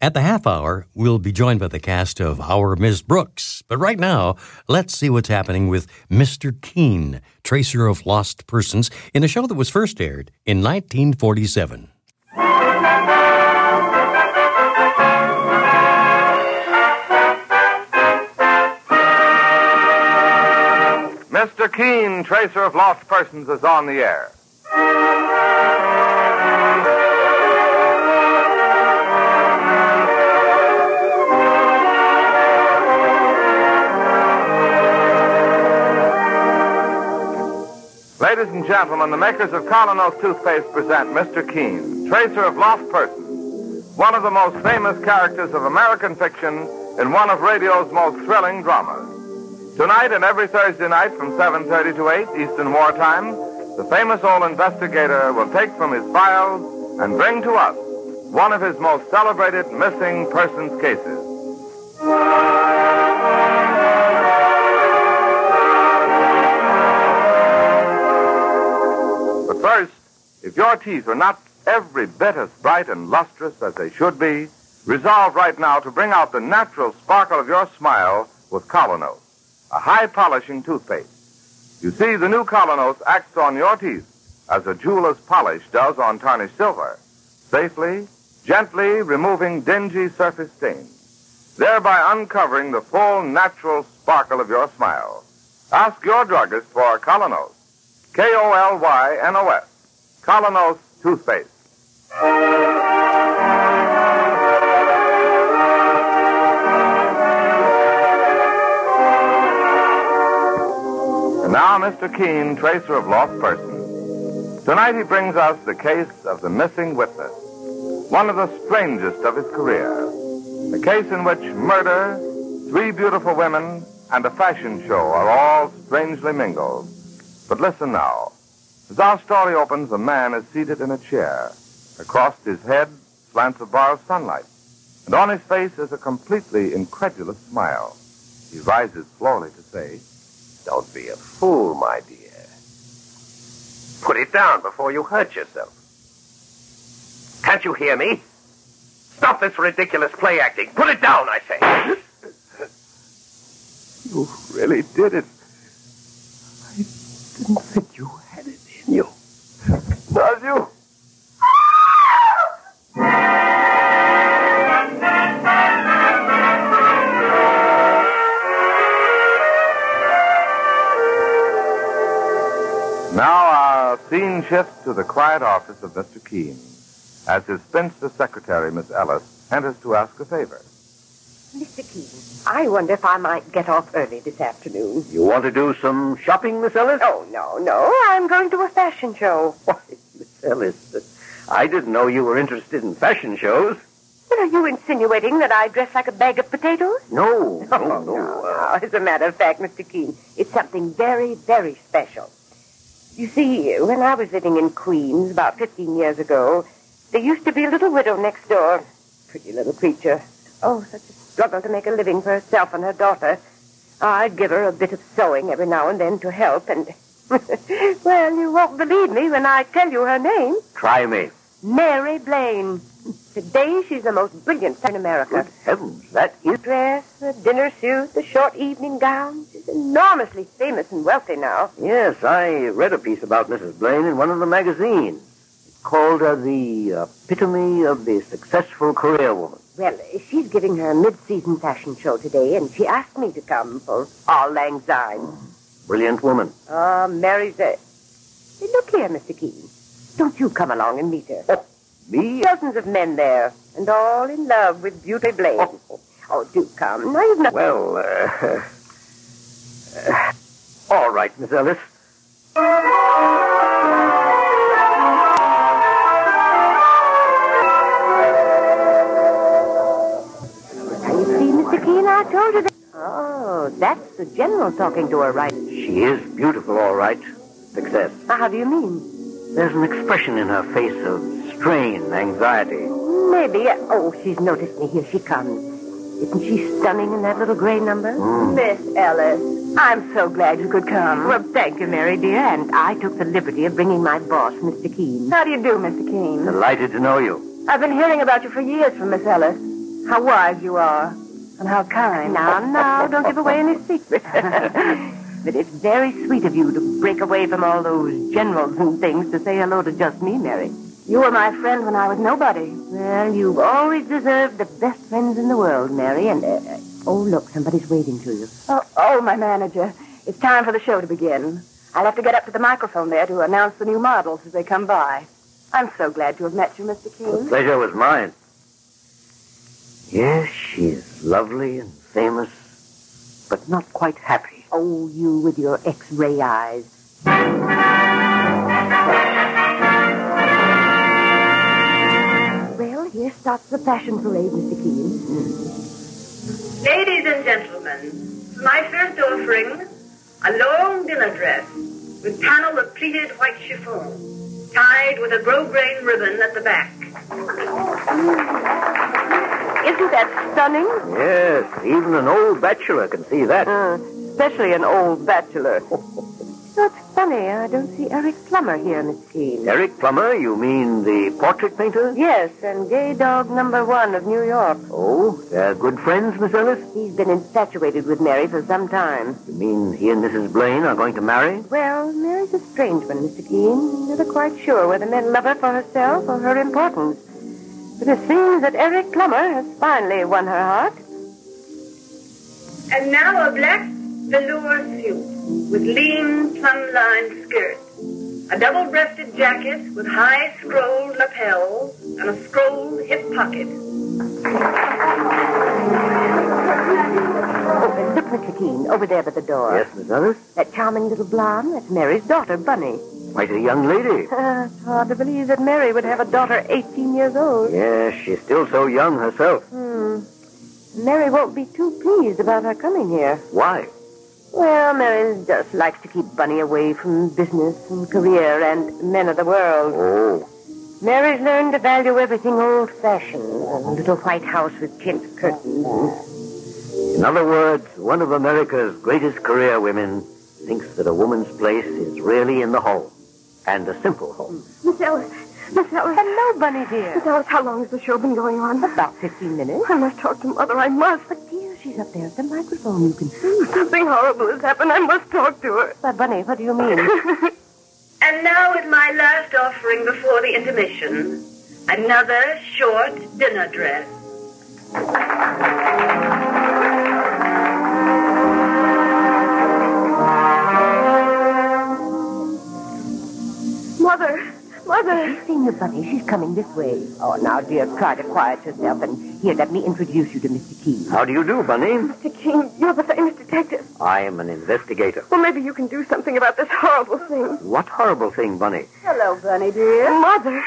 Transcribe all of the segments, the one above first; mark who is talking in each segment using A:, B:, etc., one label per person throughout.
A: At the half hour, we'll be joined by the cast of Our Miss Brooks. But right now, let's see what's happening with Mr. Keene, Tracer of Lost Persons, in a show that was first aired in 1947.
B: Mr. Keene, tracer of lost persons, is on the air. Ladies and gentlemen, the makers of Colonel's toothpaste present Mr. Keene, tracer of lost persons, one of the most famous characters of American fiction and one of radio's most thrilling dramas. Tonight and every Thursday night from 7.30 to 8 Eastern Wartime, the famous old investigator will take from his files and bring to us one of his most celebrated missing persons cases. But first, if your teeth are not every bit as bright and lustrous as they should be, resolve right now to bring out the natural sparkle of your smile with Colonos a high polishing toothpaste. You see, the new Colonos acts on your teeth as a jeweler's polish does on tarnished silver, safely, gently removing dingy surface stains, thereby uncovering the full natural sparkle of your smile. Ask your druggist for Colonos. K O L Y N O S. Colonos toothpaste. And now, Mr. Keene, tracer of lost persons. Tonight he brings us the case of the missing witness, one of the strangest of his career. A case in which murder, three beautiful women, and a fashion show are all strangely mingled. But listen now. As our story opens, a man is seated in a chair. Across his head slants a bar of sunlight, and on his face is a completely incredulous smile. He rises slowly to say,
C: Don't be a fool, my dear. Put it down before you hurt yourself. Can't you hear me? Stop this ridiculous play acting. Put it down, I say.
B: You really did it.
C: Didn't think you had it in you.
B: Does you? Now our scene shifts to the quiet office of Mr. Keene as his spinster secretary, Miss Ellis, enters to ask a favor.
D: Mr. Keene, I wonder if I might get off early this afternoon.
C: You want to do some shopping, Miss Ellis?
D: Oh, no, no. I'm going to a fashion show.
C: Why, Miss Ellis, uh, I didn't know you were interested in fashion shows.
D: But are you insinuating that I dress like a bag of potatoes?
C: No, uh,
D: Oh, no. As a matter of fact, Mr. Keene, it's something very, very special. You see, when I was living in Queens about 15 years ago, there used to be a little widow next door. Pretty little creature. Oh, such a struggle to make a living for herself and her daughter. I'd give her a bit of sewing every now and then to help, and. well, you won't believe me when I tell you her name
C: Try me.
D: Mary Blaine. Today she's the most brilliant in America
C: Good heavens, that is.
D: dress, the dinner suit, the short evening gown. She's enormously famous and wealthy now.
C: Yes, I read a piece about Mrs. Blaine in one of the magazines. It called her the uh, epitome of the successful career woman.
D: Well, she's giving her mid-season fashion show today, and she asked me to come for all lang syne.
C: Brilliant woman.
D: Ah, Mary's a... Hey, look here, Mr. Keene. Don't you come along and meet her.
E: Oh, Me?
D: Dozens of men there, and all in love with Beauty Blaine. Oh, do come. Now you've not.
E: Well, uh, uh, all right, Miss Ellis.
D: Now you see, Mr. Keene, I told you that. Oh, that's the general talking to her right
E: She is beautiful, all right. Success.
D: now. How do you mean?
E: There's an expression in her face of strain, anxiety.
D: Maybe. Oh, she's noticed me. Here she comes. Isn't she stunning in that little gray number?
F: Hmm.
D: Miss Ellis, I'm so glad you could come. Well, thank you, Mary dear. And I took the liberty of bringing my boss, Mr. Keene.
F: How do you do, Mr. Keene?
E: Delighted to know you.
F: I've been hearing about you for years from Miss Ellis. How wise you are, and how kind.
D: Now, now, don't give away any secrets. but it's very sweet of you to break away from all those generals and things to say hello to just me, Mary.
F: You were my friend when I was nobody.
D: Well, you've always deserved the best friends in the world, Mary. And uh, uh, oh, look, somebody's waiting for you.
F: Oh, oh, my manager. It's time for the show to begin. I'll have to get up to the microphone there to announce the new models as they come by. I'm so glad to have met you, Mr. Keene.
E: Pleasure was mine. Yes, she is lovely and famous, but not quite happy.
D: Oh, you with your X-ray eyes. Well, here starts the fashion parade, Mr. Keene.
G: Ladies and gentlemen, my first offering, a long dinner dress with panel of pleated white chiffon, tied with a grosgrain ribbon at the back.
D: Isn't that stunning?
E: Yes, even an old bachelor can see that.
D: Uh, especially an old bachelor. That's funny. I don't see Eric Plummer here, Miss Keene.
E: Eric Plummer, you mean the portrait painter?
D: Yes, and gay dog number one of New York.
E: Oh, they're good friends, Miss Ellis?
D: He's been infatuated with Mary for some time.
E: You mean he and Mrs. Blaine are going to marry?
D: Well, Mary's a strange one, Mr. Keene. Never quite sure whether men love her for herself or her importance. But it seems that Eric Plummer has finally won her heart.
G: And now a black velour suit with lean plum-lined skirt, a double-breasted jacket with high scrolled lapels and a scrolled hip pocket.
D: Oh, and look, Mr. Keene, over there by the door.
E: Yes, Miss Ellis?
D: That charming little blonde, that's Mary's daughter, Bunny.
E: Quite a young lady.
D: Uh, it's hard to believe that Mary would have a daughter 18 years old.
E: Yes, she's still so young herself.
D: Hmm. Mary won't be too pleased about her coming here.
E: Why?
D: Well, Mary just likes to keep Bunny away from business and career and men of the world.
E: Oh,
D: Mary's learned to value everything old-fashioned, a little white house with chintz curtains.
E: in other words, one of America's greatest career women thinks that a woman's place is really in the home, and a simple
D: Hmm.
E: home.
F: Miss Ellis, Miss Ellis.
D: Hello, Bunny
F: Miss
D: dear.
F: Ellis, how long has the show been going on?
D: About 15 minutes.
F: I must talk to Mother. I must.
D: But dear, she's up there at the microphone. You can see.
F: Something horrible has happened. I must talk to her.
D: Why, Bunny, what do you mean?
G: And now is my last offering before the intermission. Another short dinner dress.
F: Mother, Mother.
D: She's seen you, Bunny. She's coming this way. Oh, now, dear, try to quiet yourself. And here, let me introduce you to Mr. Keene.
E: How do you do, Bunny?
F: Mr. Keene, you're the famous detective.
E: I am an investigator.
F: Well, maybe you can do something about this horrible thing.
E: What horrible thing, Bunny?
F: Hello, Bunny, dear. Mother.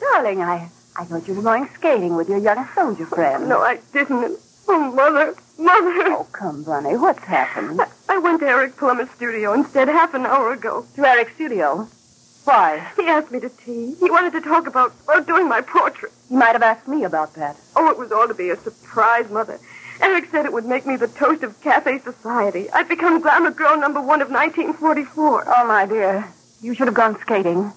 F: Darling, I, I thought you were going skating with your young soldier friend. No, I didn't. Oh, Mother, Mother. Oh, come, Bunny, what's happened? I, I went to Eric Plummer's studio instead half an hour ago. To Eric's studio? Why? He asked me to tea. He wanted to talk about, about doing my portrait. He might have asked me about that. Oh, it was all to be a surprise, Mother. Eric said it would make me the toast of cafe society. I'd become glamour girl number one of 1944. Oh, my dear. You should have gone skating.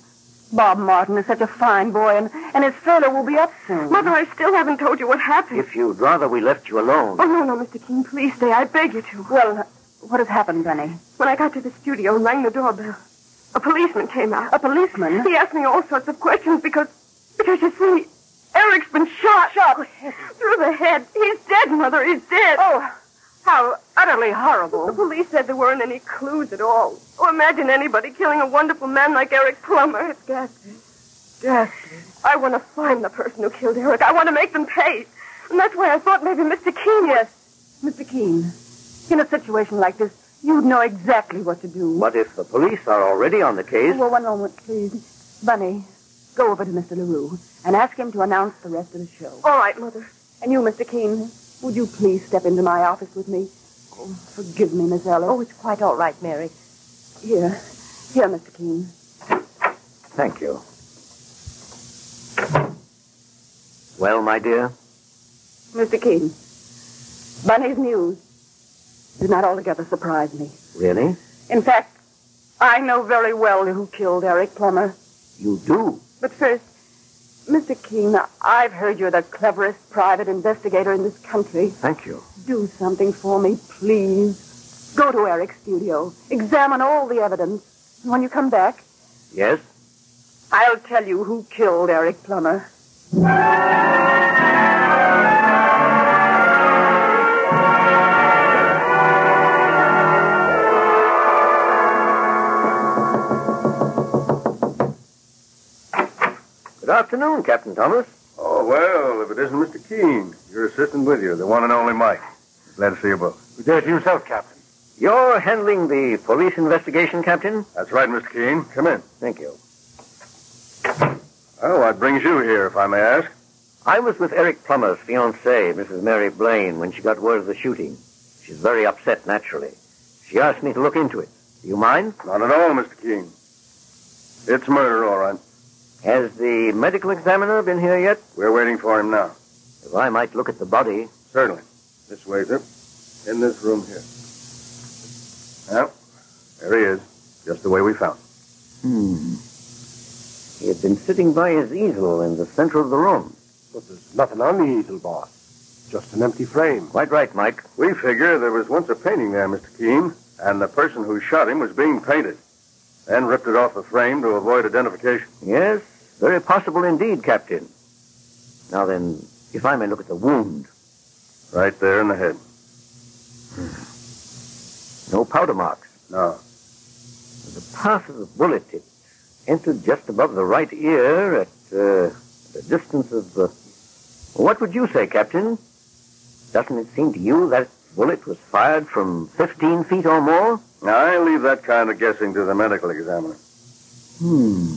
F: Bob Martin is such a fine boy, and, and his furlough will be up soon. Mother, I still haven't told you what happened.
E: If you'd rather we left you alone.
F: Oh, no, no, Mr. King, please stay. I beg you to. Well, what has happened, Bunny? When I got to the studio, rang the doorbell. A policeman came out. A policeman? He asked me all sorts of questions because, because you see, Eric's been shot. Shot? Through the head. He's dead, Mother. He's dead. Oh,
H: How utterly horrible. The police said there weren't any clues at all. Oh, imagine anybody killing a wonderful man like Eric Plummer. It's ghastly. Ghastly. I want to find the person who killed Eric. I want to make them pay. And that's why I thought maybe Mr. Keene was...
F: Mr. Keene, in a situation like this, you'd know exactly what to do.
E: But if the police are already on the case,
F: Well, one moment, please. Bunny, go over to Mr. LaRue and ask him to announce the rest of the show.
H: All right, Mother.
F: And you, Mr. Keene, would you please step into my office with me? Oh, forgive me, Miss Ellis. Oh, it's quite all right, Mary. Here. Here, Mr. Keene.
E: thank you. Well, my dear,
F: Mr. Keene, Bunny's news did not altogether surprise me.
E: really?
F: In fact, I know very well who killed Eric Plummer.
E: You do?
F: But first, Mr. Keene, I've heard you're the cleverest private investigator in this country.
E: Thank you.
F: Do something for me, please. Go to Eric's studio. Examine all the evidence. And when you come back,
E: Yes?
F: I'll tell you who killed Eric Plummer.
I: Good afternoon, Captain Thomas. Oh, well, if it isn't Mr. Keene, your assistant with you, the one and only Mike. Glad to see you both. There's yourself, Captain.
E: You're handling the police investigation, Captain?
I: That's right, Mr. Keene. Come in.
E: Thank you.
I: Oh, what brings you here, if I may ask?
E: I was with Eric Plummer's fiancée, Mrs. Mary Blaine, when she got word of the shooting. She's very upset, naturally. She asked me to look into it. Do you mind?
I: Not at all, Mr. Keene. It's murder, all right.
E: Has the medical examiner been here yet?
I: We're waiting for him now.
E: If I might look at the body.
I: Certainly. This way, sir. In this room here. Well, there he is, just the way we found him.
E: Hmm. He had been sitting by his easel in the center of the room.
J: But there's nothing on the easel, boss. Just an empty frame.
E: Quite right, Mike.
I: We figure there was once a painting there, Mr. Keene, and the person who shot him was being painted. Then ripped it off the frame to avoid identification.
E: Yes, very possible indeed, Captain. Now then, if I may look at the wound.
I: Right there in the head.
E: Hmm. No powder marks.
I: No.
E: The path of the bullet, it entered just above the right ear at uh, the distance of. Uh, what would you say, Captain? Doesn't it seem to you that bullet was fired from 15 feet or more?
I: Now, I leave that kind of guessing to the medical examiner.
E: Hmm.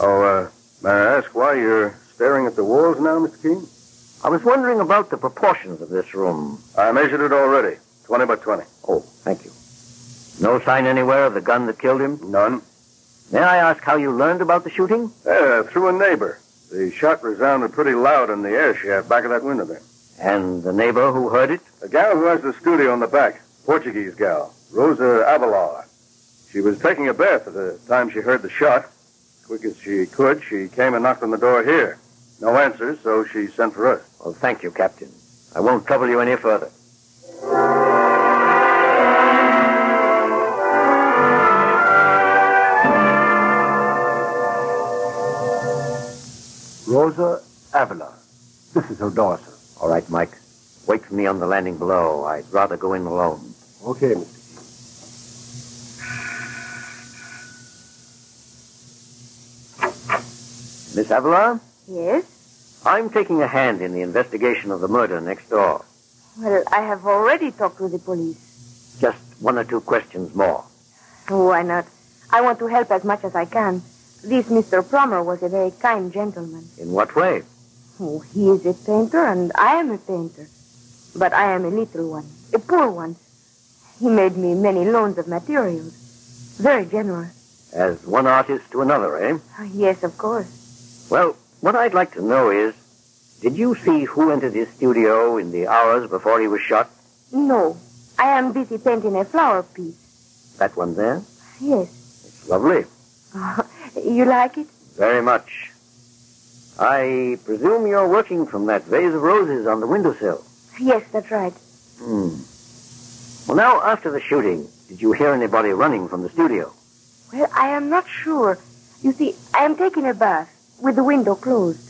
I: Oh, uh, may I ask why you're staring at the walls now, Mr. Keene?
E: I was wondering about the proportions of this room.
I: I measured it already. 20 by 20.
E: Oh, thank you. No sign anywhere of the gun that killed him?
I: None.
E: May I ask how you learned about the shooting?
I: Yeah, through a neighbor. The shot resounded pretty loud in the air shaft back of that window there.
E: And the neighbor who heard it?
I: The gal who has the studio in the back, Portuguese gal, Rosa Avalar. She was taking a bath at the time she heard the shot. Quick as she could, she came and knocked on the door here. No answer, so she sent for us.
E: Well, thank you, Captain. I won't trouble you any further.
J: Rosa Avila. This is her daughter.
E: All right, Mike. Wait for me on the landing below. I'd rather go in alone.
J: Okay, Mr.
E: Miss Avalar,
F: Yes?
E: I'm taking a hand in the investigation of the murder next door.
F: Well, I have already talked with the police.
E: Just one or two questions more.
K: Oh, why not? I want to help as much as I can. This Mr. Plummer was a very kind gentleman.
E: In what way?
K: Oh, he is a painter, and I am a painter. But I am a little one, a poor one. He made me many loans of materials. Very generous.
E: As one artist to another, eh?
K: Oh, yes, of course.
E: Well, what I'd like to know is, did you see who entered his studio in the hours before he was shot?
K: No, I am busy painting a flower piece.
E: That one there?
K: Yes.
E: It's lovely.
K: You like it?
E: Very much. I presume you're working from that vase of roses on the windowsill.
K: Yes, that's right.
E: Hmm. Well, now, after the shooting, did you hear anybody running from the studio?
K: Well, I am not sure. You see, I am taking a bath with the window closed.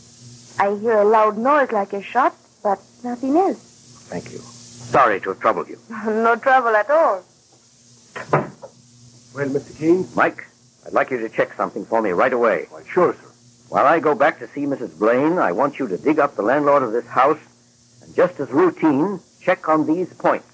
K: I hear a loud noise like a shot, but nothing else.
E: Thank you. Sorry to have troubled you.
K: No trouble at all.
E: Well, Mr. Keene? Mike, I'd like you to check something for me right away. Why, sure, sir. While I go back to see Mrs. Blaine, I want you to dig up the landlord of this house and, just as routine, check on these points.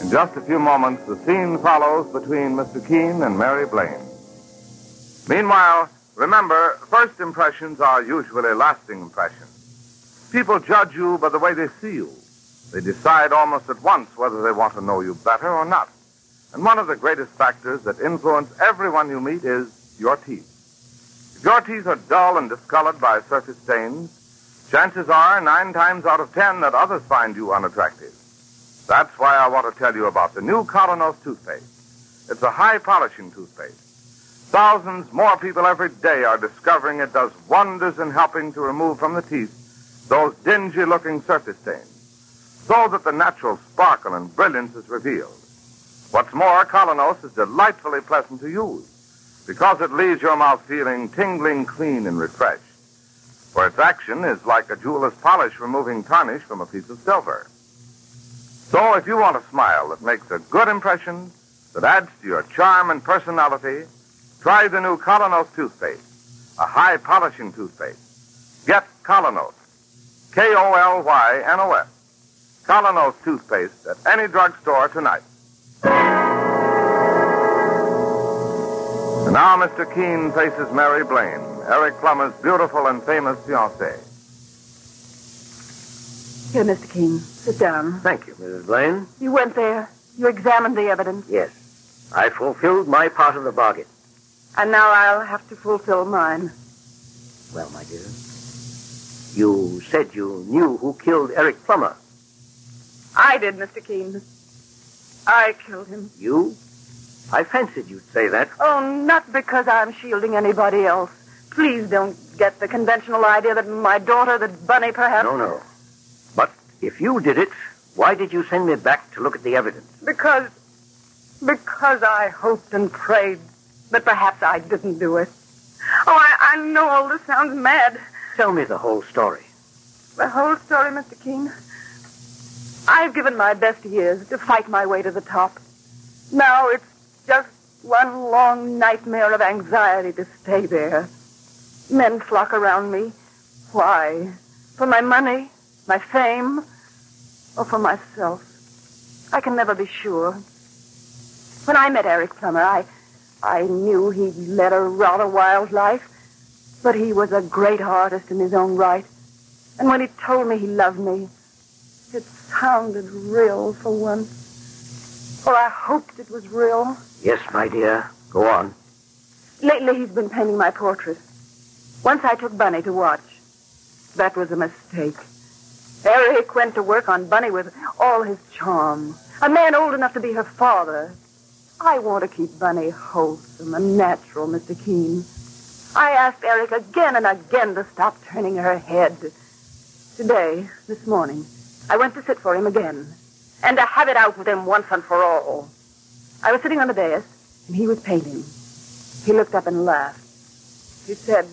B: In just a few moments, the scene follows between Mr. Keene and Mary Blaine. Meanwhile, remember, first impressions are usually lasting impressions. People judge you by the way they see you. They decide almost at once whether they want to know you better or not. And one of the greatest factors that influence everyone you meet is your teeth. If your teeth are dull and discolored by surface stains, chances are nine times out of ten that others find you unattractive. That's why I want to tell you about the new Colonos toothpaste. It's a high polishing toothpaste. Thousands more people every day are discovering it does wonders in helping to remove from the teeth those dingy looking surface stains, so that the natural sparkle and brilliance is revealed. What's more, Colonos is delightfully pleasant to use because it leaves your mouth feeling tingling clean and refreshed. For its action is like a jeweler's polish removing tarnish from a piece of silver. So if you want a smile that makes a good impression, that adds to your charm and personality, try the new Colonos toothpaste, a high polishing toothpaste. Get Colonos, K O L Y N O S. Colonos toothpaste at any drugstore tonight. And now Mr. Keene faces Mary Blaine, Eric Plummer's beautiful and famous fiancée.
F: Here, Mr. King, sit down.
E: Thank you, Mrs. Blaine.
F: You went there. You examined the evidence.
E: Yes. I fulfilled my part of the bargain.
F: And now I'll have to fulfill mine.
E: Well, my dear, you said you knew who killed Eric Plummer.
F: I did, Mr. Keene. I killed him.
E: You? I fancied you'd say that.
F: Oh, not because I'm shielding anybody else. Please don't get the conventional idea that my daughter, that Bunny, perhaps.
E: No, no. But if you did it, why did you send me back to look at the evidence?
F: Because. Because I hoped and prayed, but perhaps I didn't do it. Oh, I, I know all this sounds mad.
E: Tell me the whole story.
F: The whole story, Mr. Keene. I've given my best years to fight my way to the top. Now it's just one long nightmare of anxiety to stay there. Men flock around me. Why? For my money, my fame, or for myself. I can never be sure. When I met Eric Plummer, I, I knew he'd led a rather wild life, but he was a great artist in his own right. And when he told me he loved me, it sounded real for once. Or I hoped it was real.
E: Yes, my dear. Go on.
F: Lately, he's been painting my portrait. Once I took Bunny to watch. That was a mistake. Eric went to work on Bunny with all his charm. A man old enough to be her father. I want to keep Bunny wholesome and natural, Mr. Keene. I asked Eric again and again to stop turning her head. Today, this morning, I went to sit for him again and to have it out with him once and for all. I was sitting on the dais, and he was painting. He looked up and laughed. He said,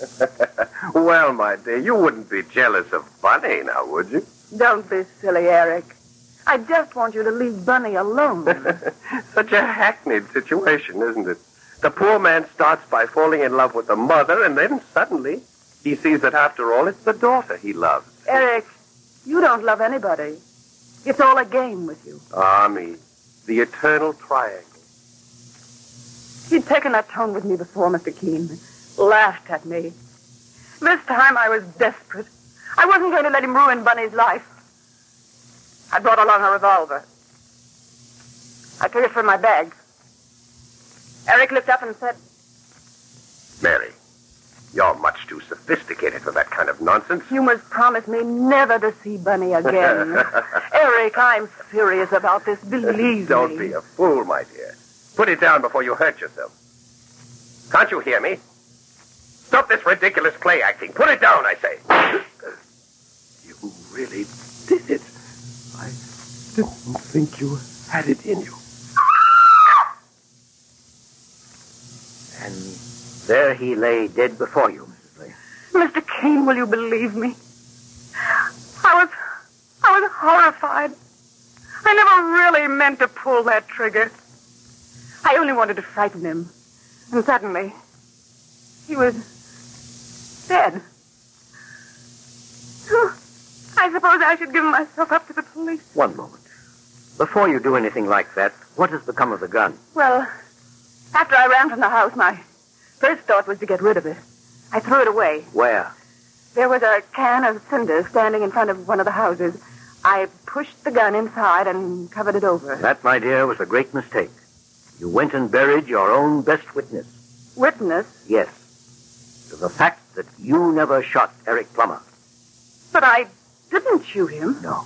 C: well, my dear, you wouldn't be jealous of Bunny now, would you?
F: Don't be silly, Eric. I just want you to leave Bunny alone.
C: Such a hackneyed situation, isn't it? The poor man starts by falling in love with the mother, and then suddenly he sees that after all it's the daughter he loves.
F: Eric, you don't love anybody. It's all a game with you.
C: Ah, me. The eternal triangle.
F: He'd taken that tone with me before, Mr. Keene. Laughed at me. This time I was desperate. I wasn't going to let him ruin Bunny's life. I brought along a revolver. I took it from my bag. Eric looked up and said,
C: Mary, you're much too sophisticated for that kind of nonsense.
F: You must promise me never to see Bunny again. Eric, I'm serious about this. Believe
C: Don't
F: me.
C: be a fool, my dear. Put it down before you hurt yourself. Can't you hear me? Stop this ridiculous play acting. Put it down, I say. You really did it. I didn't think you had it in you.
E: There he lay dead before you.
F: Mr. Kane, will you believe me? I was, I was horrified. I never really meant to pull that trigger. I only wanted to frighten him. And suddenly, he was dead. I suppose I should give myself up to the police.
E: One moment. Before you do anything like that, what has become of the gun?
F: Well, after I ran from the house, my first thought was to get rid of it. I threw it away.
E: Where?
F: There was a can of cinder standing in front of one of the houses. I pushed the gun inside and covered it over.
E: That, my dear, was a great mistake. You went and buried your own best witness.
F: Witness,
E: Yes. To the fact that you never shot Eric Plummer.
F: but I didn't shoot him.
E: No.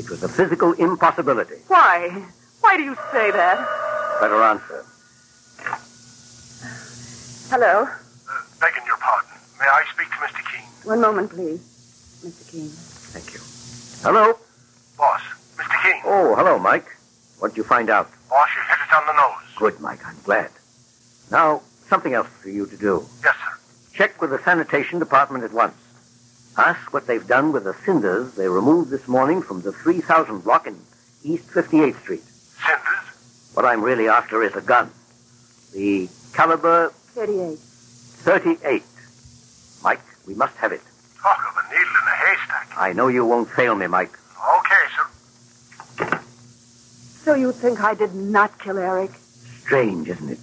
E: It was a physical impossibility.
F: Why? Why do you say that?
E: Better answer.
F: Hello?
L: Begging your pardon. May I speak to Mr. Keene?
F: One moment, please. Mr. King.
E: Hello?
L: Boss. Mr. Keene.
E: Oh, hello, Mike. What'd you find out?
L: Boss, you hit it on the nose.
E: Good, Mike. I'm glad. Now, something else for you to do.
L: Yes, sir.
E: Check with the sanitation department at once. Ask what they've done with the cinders they removed this morning from the 3000 block in East 58th Street.
L: Cinders?
E: What I'm really after is a gun. The caliber
F: 38.
E: 38. Mike, we must have it.
L: Talk of a needle in a haystack.
E: I know you won't fail me, Mike.
L: Okay, sir.
F: So you think I did not kill Eric?
E: Strange, isn't it?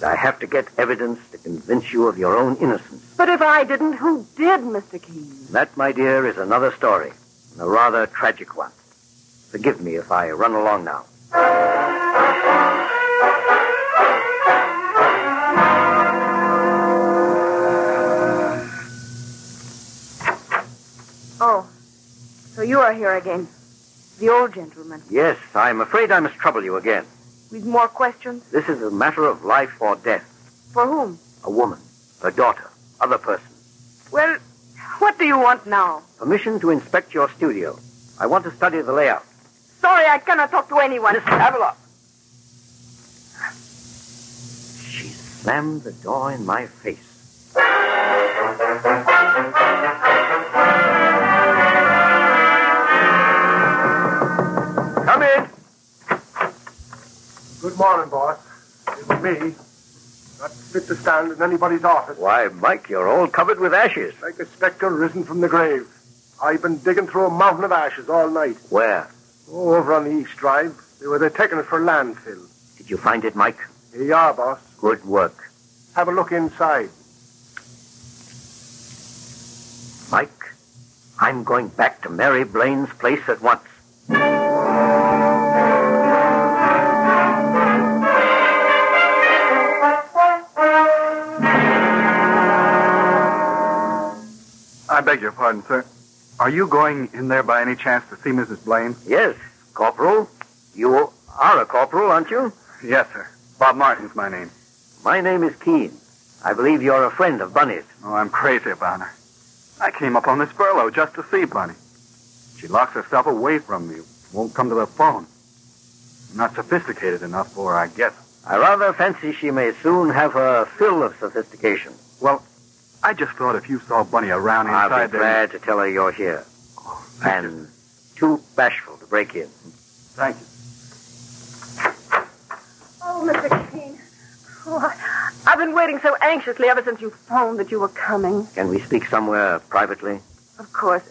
E: But I have to get evidence to convince you of your own innocence.
F: But if I didn't, who did, Mr. King?
E: That, my dear, is another story, and a rather tragic one. Forgive me if I run along now.
D: Oh, so you are here again. The old gentleman.
E: Yes, I'm afraid I must trouble you again.
D: With more questions?
E: This is a matter of life or death.
D: For whom?
E: A woman, her daughter, other person.
D: Well, what do you want now?
E: Permission to inspect your studio. I want to study the layout.
D: Sorry, I cannot talk to anyone. Mr. Avalon.
E: Slammed the door in my face.
M: Come in. Good morning, boss. It was me. Not fit to stand in anybody's office.
E: Why, Mike, you're all covered with ashes.
M: Like a specter risen from the grave. I've been digging through a mountain of ashes all night.
E: Where?
M: Oh, over on the east drive. They were they're taking it for landfill.
E: Did you find it, Mike?
M: Here you are, boss.
E: Good work.
M: Have a look inside.
E: Mike, I'm going back to Mary Blaine's place at once.
I: I beg your pardon, sir. Are you going in there by any chance to see Mrs. Blaine?
E: Yes, Corporal. You are a corporal, aren't you?
I: Yes, sir. Bob Martin's my name.
E: My name is Keene. I believe you're a friend of Bunny's.
I: Oh, I'm crazy about her. I came up on this furlough just to see Bunny. She locks herself away from me, won't come to the phone. I'm not sophisticated enough for her, I guess.
E: I rather fancy she may soon have her fill of sophistication.
I: Well, I just thought if you saw Bunny around inside
E: I'll be
I: there- Oh,
E: glad to tell her you're here. and too bashful to break in.
I: Thank you.
F: Oh, Mr. King. Oh, I, I've been waiting so anxiously ever since you phoned that you were coming.
E: Can we speak somewhere privately?
F: Of course.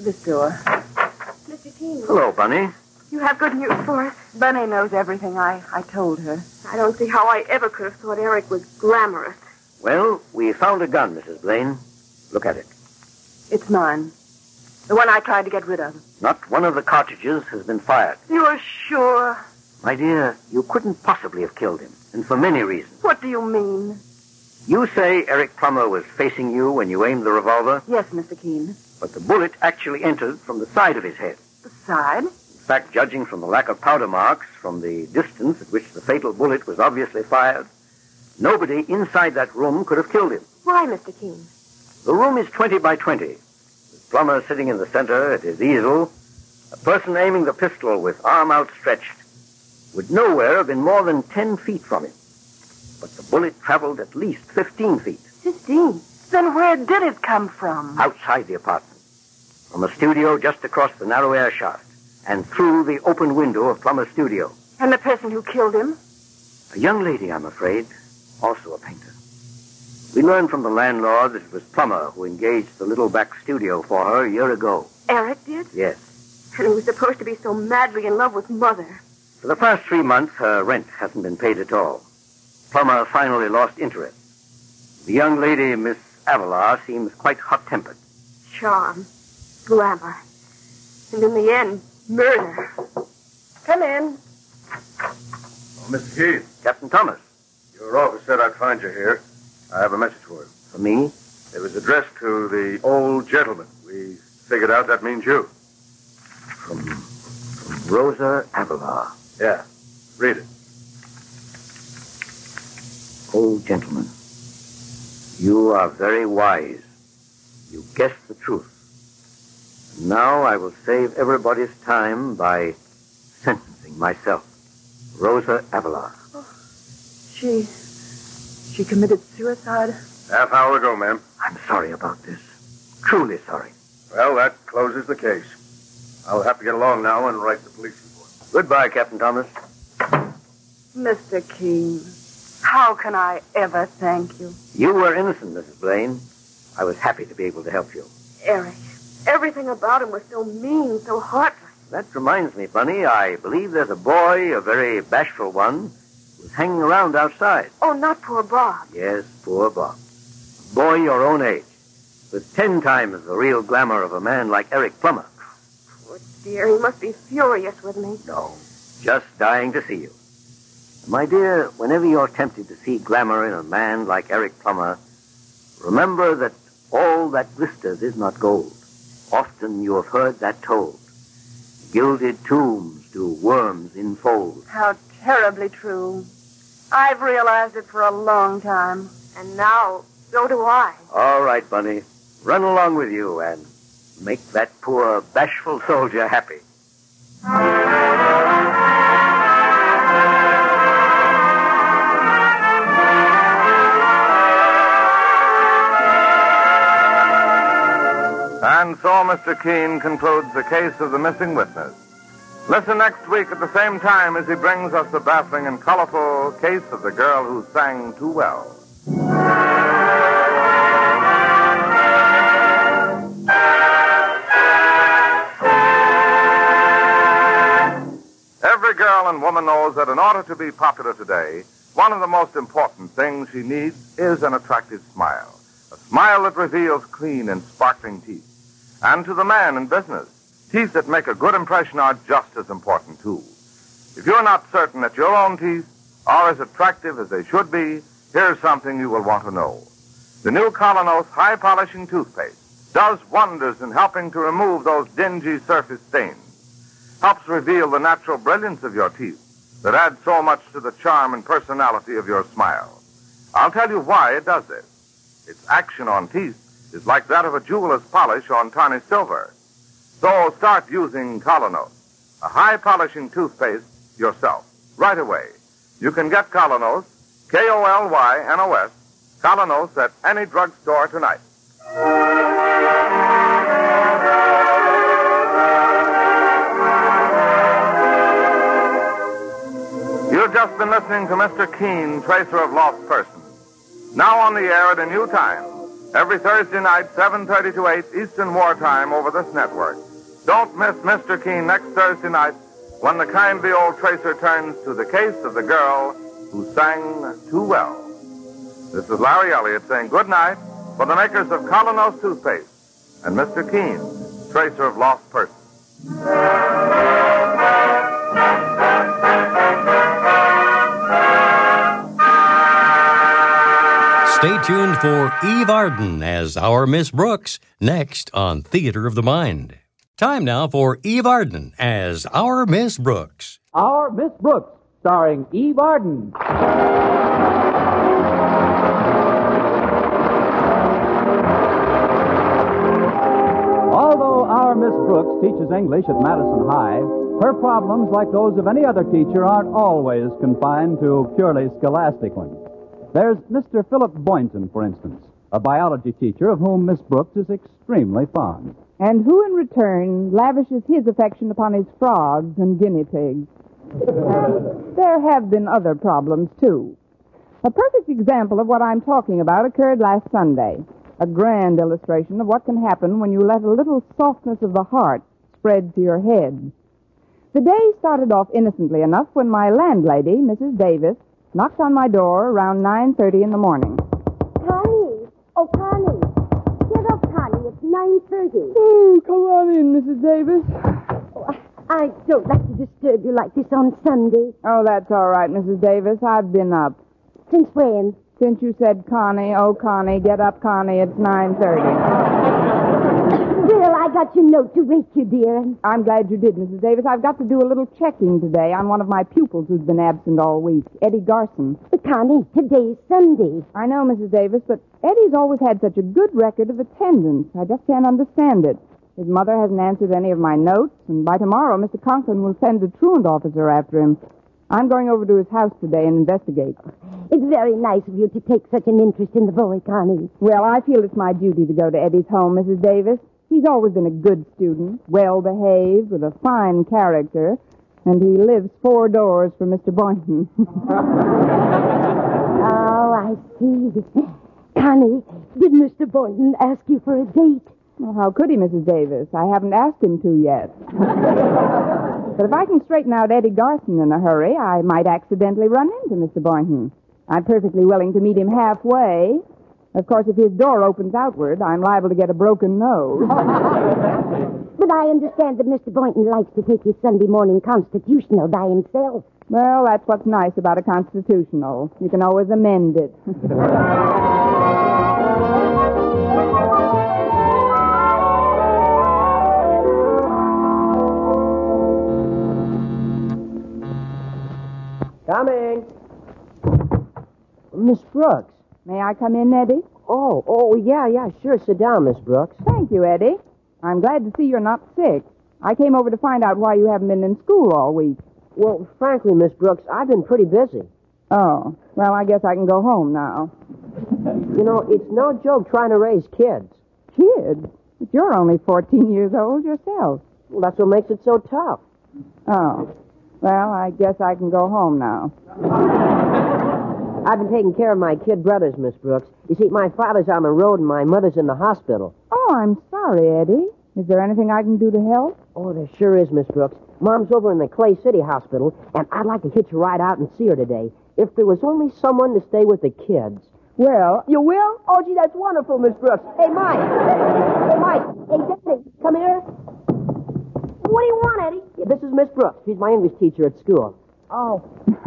F: This door. Mr. King.
E: Hello, Bunny.
F: You have good news for us? Bunny knows everything I, I told her. I don't see how I ever could have thought Eric was glamorous.
E: Well, we found a gun, Mrs. Blaine. Look at it.
F: It's mine. The one I tried to get rid of.
E: Not one of the cartridges has been fired.
F: You're sure?
E: My dear, you couldn't possibly have killed him, and for many reasons.
F: What do you mean?
E: You say Eric Plummer was facing you when you aimed the revolver,
F: Yes, Mr. Keene.
E: but the bullet actually entered from the side of his head.
F: Side?
E: In fact, judging from the lack of powder marks, from the distance at which the fatal bullet was obviously fired, nobody inside that room could have killed him.
D: Why, Mr. Keene?
E: The room is 20 by 20. With Plummer sitting in the center at his easel, a person aiming the pistol with arm outstretched would nowhere have been more than 10 feet from him. But the bullet traveled at least 15 feet
F: Fifteen. Then where did it come from?
E: outside the apartment, from a studio just across the narrow air shaft, and through the open window of Plummer's studio.
F: And the person who killed him?
E: A young lady, I'm afraid, also a painter. We learned from the landlord that it was Plummer who engaged the little back studio for her a year ago.
F: Eric did?
E: Yes.
F: And he was supposed to be so madly in love with Mother.
E: For the past three months, her rent hasn't been paid at all. Plummer finally lost interest. The young lady, Miss Avalar, seems quite hot tempered.
F: Charm. Glamour. And in the end, murder. Come in.
I: Oh, Mr. Keith.
E: Captain Thomas.
I: Your office said I'd find you here. I have a message for you.
E: For me?
I: It was addressed to the old gentleman. We figured out that means you.
E: Rosa Avalar.
I: Yeah. Read it.
E: Old gentleman, you are very wise. You guessed the truth. Now I will save everybody's time by sentencing myself. Rosa Avalar.
F: She. She committed suicide?
I: Half hour ago, ma'am.
E: I'm sorry about this. Truly sorry.
I: Well, that closes the case. I'll have to get along now and write the police report.
E: Goodbye, Captain Thomas.
F: Mr. Keene, how can I ever thank you?
E: You were innocent, Mrs. Blaine. I was happy to be able to help you.
F: Eric.
H: Everything about him was so mean, so heartless.
E: That reminds me, Bunny. I believe there's a boy, a very bashful one, who's hanging around outside.
H: Oh, not poor Bob.
E: Yes, poor Bob. Boy your own age, with ten times the real glamour of a man like Eric Plummer,
H: Dear, he must be furious with me.
E: No. just dying to see you. My dear, whenever you're tempted to see glamour in a man like Eric Plummer, remember that all that glisters is not gold. Often you have heard that told. Gilded tombs do worms enfold.
F: How terribly true. I've realized it for a long time. And now, so do I.
E: All right, Bunny. Run along with you and make that poor bashful soldier happy.
B: And so Mr. Keene concludes the case of the missing witness. Listen next week at the same time as he brings us the baffling and colorful case of the girl who sang too well. Every girl and woman knows that in order to be popular today, one of the most important things she needs is an attractive smile smile that reveals clean and sparkling teeth. And to the man in business, teeth that make a good impression are just as important, too. If you're not certain that your own teeth are as attractive as they should be, here's something you will want to know. The new Colonos High Polishing Toothpaste does wonders in helping to remove those dingy surface stains, helps reveal the natural brilliance of your teeth that adds so much to the charm and personality of your smile. I'll tell you why it does this. Its action on teeth is like that of a jeweler's polish on tarnished silver. So start using Colonos, a high polishing toothpaste, yourself, right away. You can get Colonos, K O L Y N O S, Colonos at any drugstore tonight. You've just been listening to Mr. Keene, Tracer of Lost Persons. Now on the air at a new time. Every Thursday night, 7.30 to 8 Eastern Wartime over this network. Don't miss Mr. Keene next Thursday night when the kindly old tracer turns to the case of the girl who sang too well. This is Larry Elliott saying good night for the makers of Colonos Toothpaste and Mr. Keene, tracer of lost persons.
A: Stay tuned for Eve Arden as our Miss Brooks next on Theater of the Mind. Time now for Eve Arden as our Miss Brooks.
N: Our Miss Brooks, starring Eve Arden. Although our Miss Brooks teaches English at Madison High, her problems, like those of any other teacher, aren't always confined to purely scholastic ones. There's Mr. Philip Boynton, for instance, a biology teacher of whom Miss Brooks is extremely fond.
O: And who in return lavishes his affection upon his frogs and guinea pigs. There have been other problems, too. A perfect example of what I'm talking about occurred last Sunday. A grand illustration of what can happen when you let a little softness of the heart spread to your head. The day started off innocently enough when my landlady, Mrs. Davis, knocked on my door around 9.30 in the morning.
P: Connie! Oh, Connie! Get up, Connie. It's 9.30.
O: Oh, come on in, Mrs. Davis.
P: I don't like to disturb you like this on Sunday.
O: Oh, that's all right, Mrs. Davis. I've been up.
P: Since when?
O: Since you said, Connie, oh, Connie, get up, Connie, it's 9.30.
P: Bill, I got your note to wake you, dear.
O: I'm glad you did, Mrs. Davis. I've got to do a little checking today on one of my pupils who's been absent all week, Eddie Garson.
P: But, Connie, today's Sunday.
O: I know, Mrs. Davis, but Eddie's always had such a good record of attendance. I just can't understand it. His mother hasn't answered any of my notes, and by tomorrow, Mr. Conklin will send a truant officer after him. I'm going over to his house today and investigate.
P: It's very nice of you to take such an interest in the boy, Connie.
O: Well, I feel it's my duty to go to Eddie's home, Mrs. Davis. He's always been a good student, well behaved, with a fine character, and he lives four doors from Mr. Boynton.
P: Oh, I see. Connie, did Mr. Boynton ask you for a date?
O: well, how could he, Mrs. Davis? I haven't asked him to yet. But if I can straighten out Eddie Garson in a hurry, I might accidentally run into Mr. Boynton. I'm perfectly willing to meet him halfway. Of course, if his door opens outward, I'm liable to get a broken nose.
P: But I understand that Mr. Boynton likes to take his Sunday morning constitutional by himself.
O: well, that's what's nice about a constitutional. You can always amend it.
Q: Coming. Miss Brooks.
O: May I come in, Eddie?
Q: Oh, oh, yeah, yeah, sure. Sit down, Miss Brooks.
O: Thank you, Eddie. I'm glad to see you're not sick. I came over to find out why you haven't been in school all week.
Q: Well, frankly, Miss Brooks, I've been pretty busy.
O: Oh, well, I guess I can go home now.
Q: You know, it's no joke trying to raise kids.
O: Kid, but you're only 14 years old yourself.
Q: Well, that's what makes it so tough.
O: Oh, well, I guess I can go home now.
Q: I've been taking care of my kid brothers, Miss Brooks. You see, my father's on the road and my mother's in the hospital.
O: Oh, I'm sorry, Eddie. Is there anything I can do to help?
Q: Oh, there sure is, Miss Brooks. Mom's over in the Clay City Hospital, and I'd like to hitch a ride out and see her today. If there was only someone to stay with the kids.
O: Well,
Q: you will? Oh, gee, that's wonderful, Miss Brooks. Hey, Mike. Hey, Mike. Hey, Daddy. Come here.
P: What do you want, Eddie?
Q: Yeah, this is Miss Brooks. She's my English teacher at school.
O: Oh.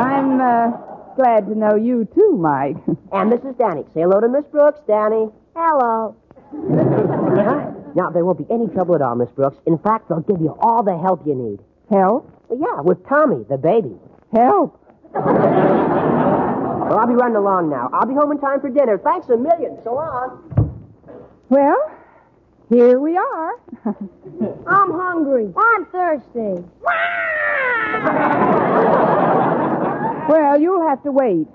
O: I'm uh, glad to know you, too, Mike.
Q: And this is Danny. Say hello to Miss Brooks, Danny.
P: Hello.
Q: Huh? Now, there won't be any trouble at all, Miss Brooks. In fact, they'll give you all the help you need.
O: Help?
Q: Yeah, with Tommy, the baby.
O: Help?
Q: Well, I'll be running along now. I'll be home in time for dinner. Thanks a million. So long.
O: Well, here we are.
P: I'm hungry. I'm thirsty.
O: Well, you'll have to wait.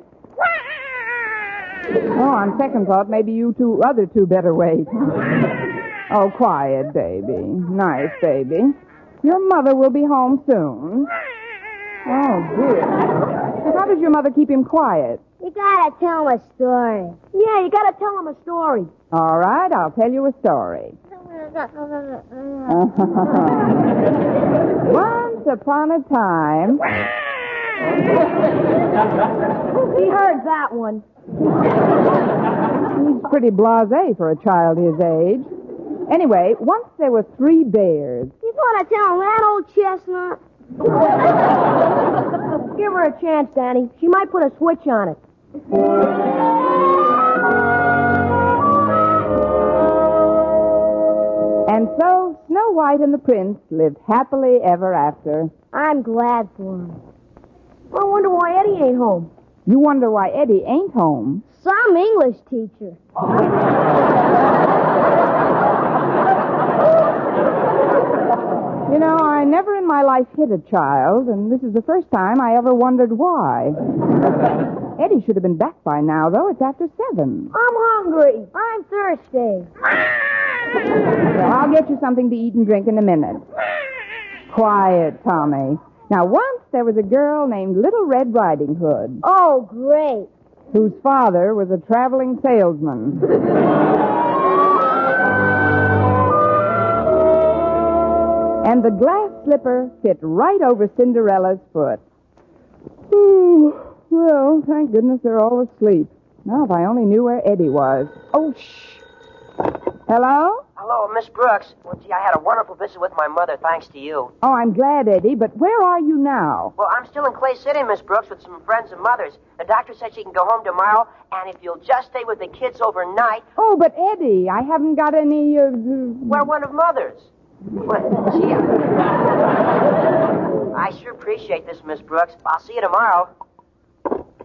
O: Oh, on second thought, maybe you two other two better wait. Oh, quiet, baby. Nice, baby. Your mother will be home soon. Oh, dear. How does your mother keep him quiet?
P: You gotta tell a story. Yeah, you gotta tell him a story.
O: All right, I'll tell you a story. Once upon a time.
P: he heard that one.
O: He's pretty blase for a child his age. Anyway, once there were three bears.
P: You gonna tell him that old chestnut? Give her a chance, Danny. She might put a switch on it.
O: And so Snow White and the prince lived happily ever after.
P: I'm glad for him. I wonder why Eddie ain't home.
O: You wonder why Eddie ain't home.
P: Some English teacher.
O: You know, I never in my life. life hit a child, and this is the first time I ever wondered why. Eddie should have been back by now, though. It's after seven.
R: I'm hungry. I'm thirsty.
O: Well, I'll get you something to eat and drink in a minute. Quiet, Tommy. Now, once there was a girl named Little Red Riding Hood.
R: Oh, great.
O: Whose father was a traveling salesman. and the glass slipper fit right over Cinderella's foot. Ooh, well, thank goodness they're all asleep. Now, if I only knew where Eddie was. Oh, shh. Hello?
Q: Hello, Miss Brooks. Well, gee, I had a wonderful visit with my mother, thanks to you.
O: Oh, I'm glad, Eddie, but where are you now?
Q: Well, I'm still in Clay City, Miss Brooks, with some friends of mother's. The doctor said she can go home tomorrow, and if you'll just stay with the kids overnight,
O: Oh, but Eddie, I haven't got any. Uh,
Q: we're one of mother's. Well, gee, I... I sure appreciate this, Miss Brooks. I'll see you tomorrow.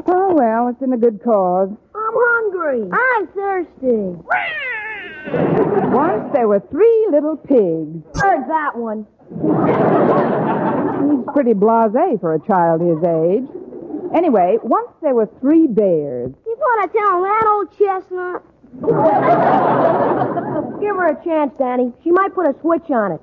O: Oh, well, it's in a good cause.
R: I'm hungry. I'm thirsty.
O: Once there were three little pigs.
R: Heard that one.
O: He's pretty blase for a child his age. Anyway, once there were three bears.
R: You gonna tell that old chestnut? Give her a chance, Danny. She might put a switch on it.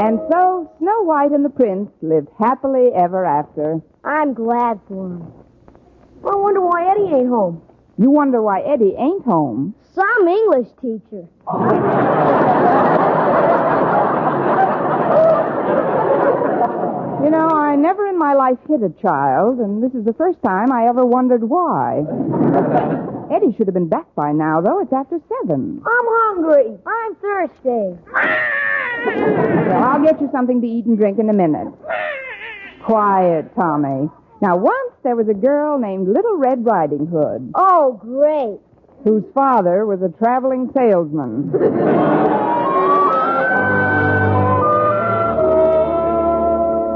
O: And so Snow White and the prince lived happily ever after.
R: I'm glad for him. I wonder why Eddie ain't home.
O: You wonder why Eddie ain't home.
R: Some English teacher.
O: You know, I never in my life hit a child, and this is the first time I ever wondered why. Eddie should have been back by now, though. It's after seven.
R: I'm hungry. I'm thirsty.
O: Well, I'll get you something to eat and drink in a minute. Quiet, Tommy. Now, once there was a girl named Little Red Riding Hood.
R: Oh, great.
O: Whose father was a traveling salesman.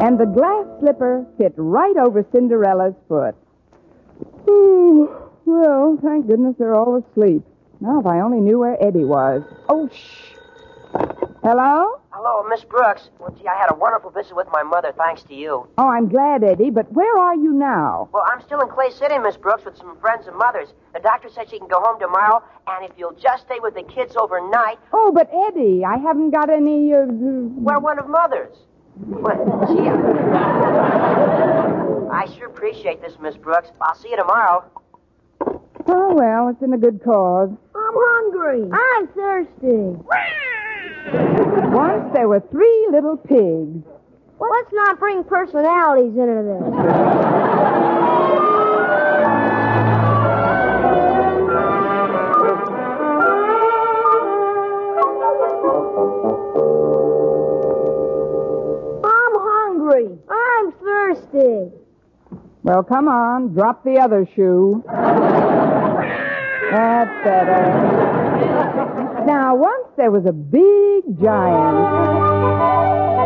O: and the glass slipper fit right over Cinderella's foot. Ooh, well, thank goodness they're all asleep. Now, if I only knew where Eddie was. Oh, shh. Hello?
Q: Hello, Miss Brooks. Well, gee, I had a wonderful visit with my mother, thanks to you.
O: Oh, I'm glad, Eddie, but where are you now?
Q: Well, I'm still in Clay City, Miss Brooks, with some friends of mother's. The doctor said she can go home tomorrow, and if you'll just stay with the kids overnight,
O: Oh, but Eddie, I haven't got any. Uh,
Q: we're one of mother's. Well, gee, I... I sure appreciate this, Miss Brooks. I'll see you tomorrow.
O: Oh, well, it's in a good cause.
R: I'm hungry. I'm thirsty.
O: Once there were three little pigs.
R: Let's not bring personalities into this. I'm hungry. I'm thirsty.
O: Well, come on, drop the other shoe. That's better. Uh, Now, once there was a big giant.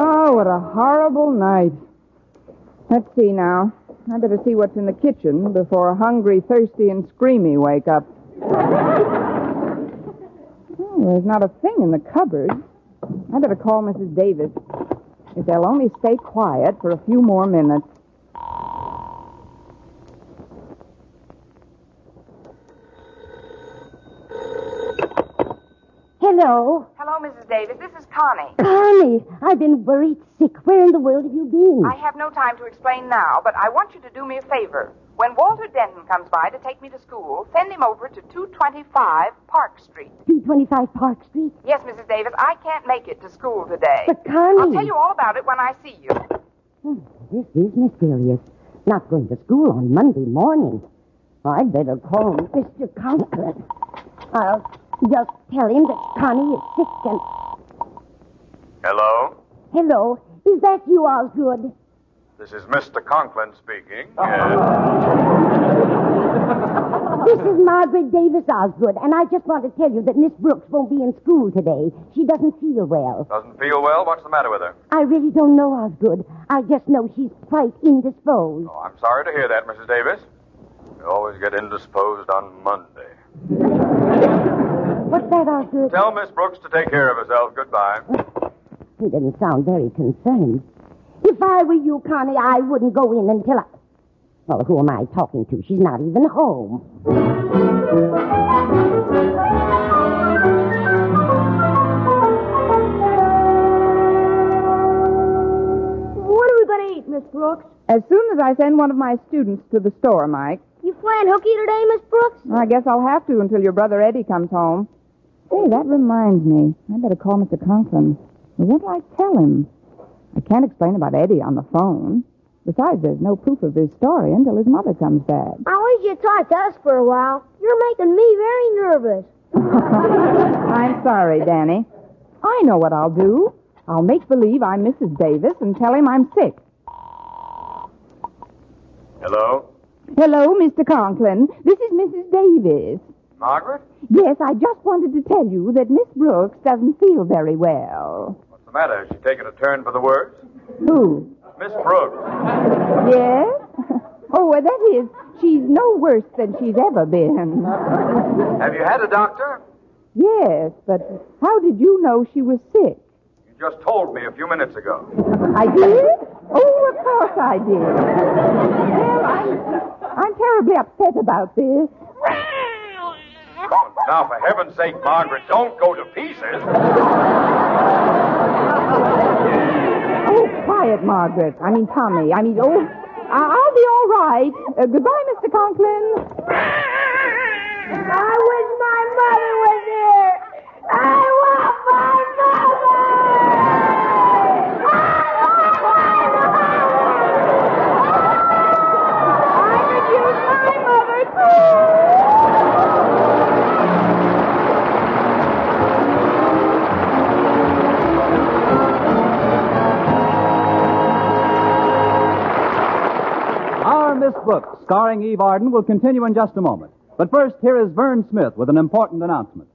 O: Oh, what a horrible night. Let's see now. I better see what's in the kitchen before hungry, thirsty, and screamy wake up. Oh, there's not a thing in the cupboard. I better call Mrs. Davis. If they'll only stay quiet for a few more minutes.
P: Hello.
S: Hello, Mrs. Davis. This is Connie.
O: Oh.
P: Connie, I've been worried sick. Where in the world have you been?
S: I have no time to explain now, but I want you to do me a favor. When Walter Denton comes by to take me to school, send him over to 225 Park Street.
P: 225 Park Street.
S: Yes, Mrs. Davis, I can't make it to school today.
P: But, Connie-
S: I'll tell you all about it when I see you.
P: This is mysterious. Not going to school on Monday morning. I'd better call Mr. Conklin. I'll just tell him that Connie is sick and.
N: Hello,
P: Hello. Is that you, Osgood?
N: Oh. this is Mr. Conklin speaking.
P: This is Margaret Davis Osgood, and I just want to tell you that Miss Brooks won't be in school today. She doesn't feel well.
N: Doesn't feel well? What's the matter with her?
P: I really don't know Osgood. I just know she's quite indisposed.
N: Oh, I'm sorry to hear that, Mrs. Davis. You always get indisposed on Monday.
P: What's that, Osgood?
N: Tell Miss Brooks to take care of herself. Goodbye.
P: He didn't sound very concerned. If I were you, Connie, I wouldn't go in until I. Well, who am I talking to? She's not even home.
T: What are we going to eat, Miss Brooks?
O: As soon as I send one of my students to the store, Mike,
T: You playing hooky today, Miss Brooks?
O: I guess I'll have to until your brother Eddie comes home. Hey, that reminds me. I better call Mr. Conklin. What will I tell him? I can't explain about Eddie on the phone. Besides, there's no proof of his story until his mother comes back.
T: I wish you'd talk to us for a while. You're making me very nervous.
O: I'm sorry, Danny. I know what I'll do. I'll make believe I'm Mrs. Davis and tell him I'm sick.
N: Hello?
O: Hello, Mr. Conklin. This is Mrs. Davis.
N: Margaret?
O: Yes, I just wanted to tell you that Miss Brooks doesn't feel very well.
N: What's the matter? Has she taken a turn for the worse?
O: Who?
N: Miss Brooks.
O: Yes? Oh, well, that is, she's no worse than she's ever been.
N: Have you had a doctor?
O: Yes, but how did you know she was sick?
N: You just told me a few minutes ago.
O: I did? Oh, of course I did. Well, I'm, I'm terribly upset about this.
N: Now, for heaven's sake, Margaret, don't go to pieces.
O: Oh, quiet, Margaret. I mean, Tommy. I mean, oh, I- I'll be all right. Uh, goodbye, Mr. Conklin.
T: I wish my mother was here. I want my mother.
K: Our Miss Brooks, starring Eve Arden, will continue in just a moment. But first, here is Vern Smith with an important announcement.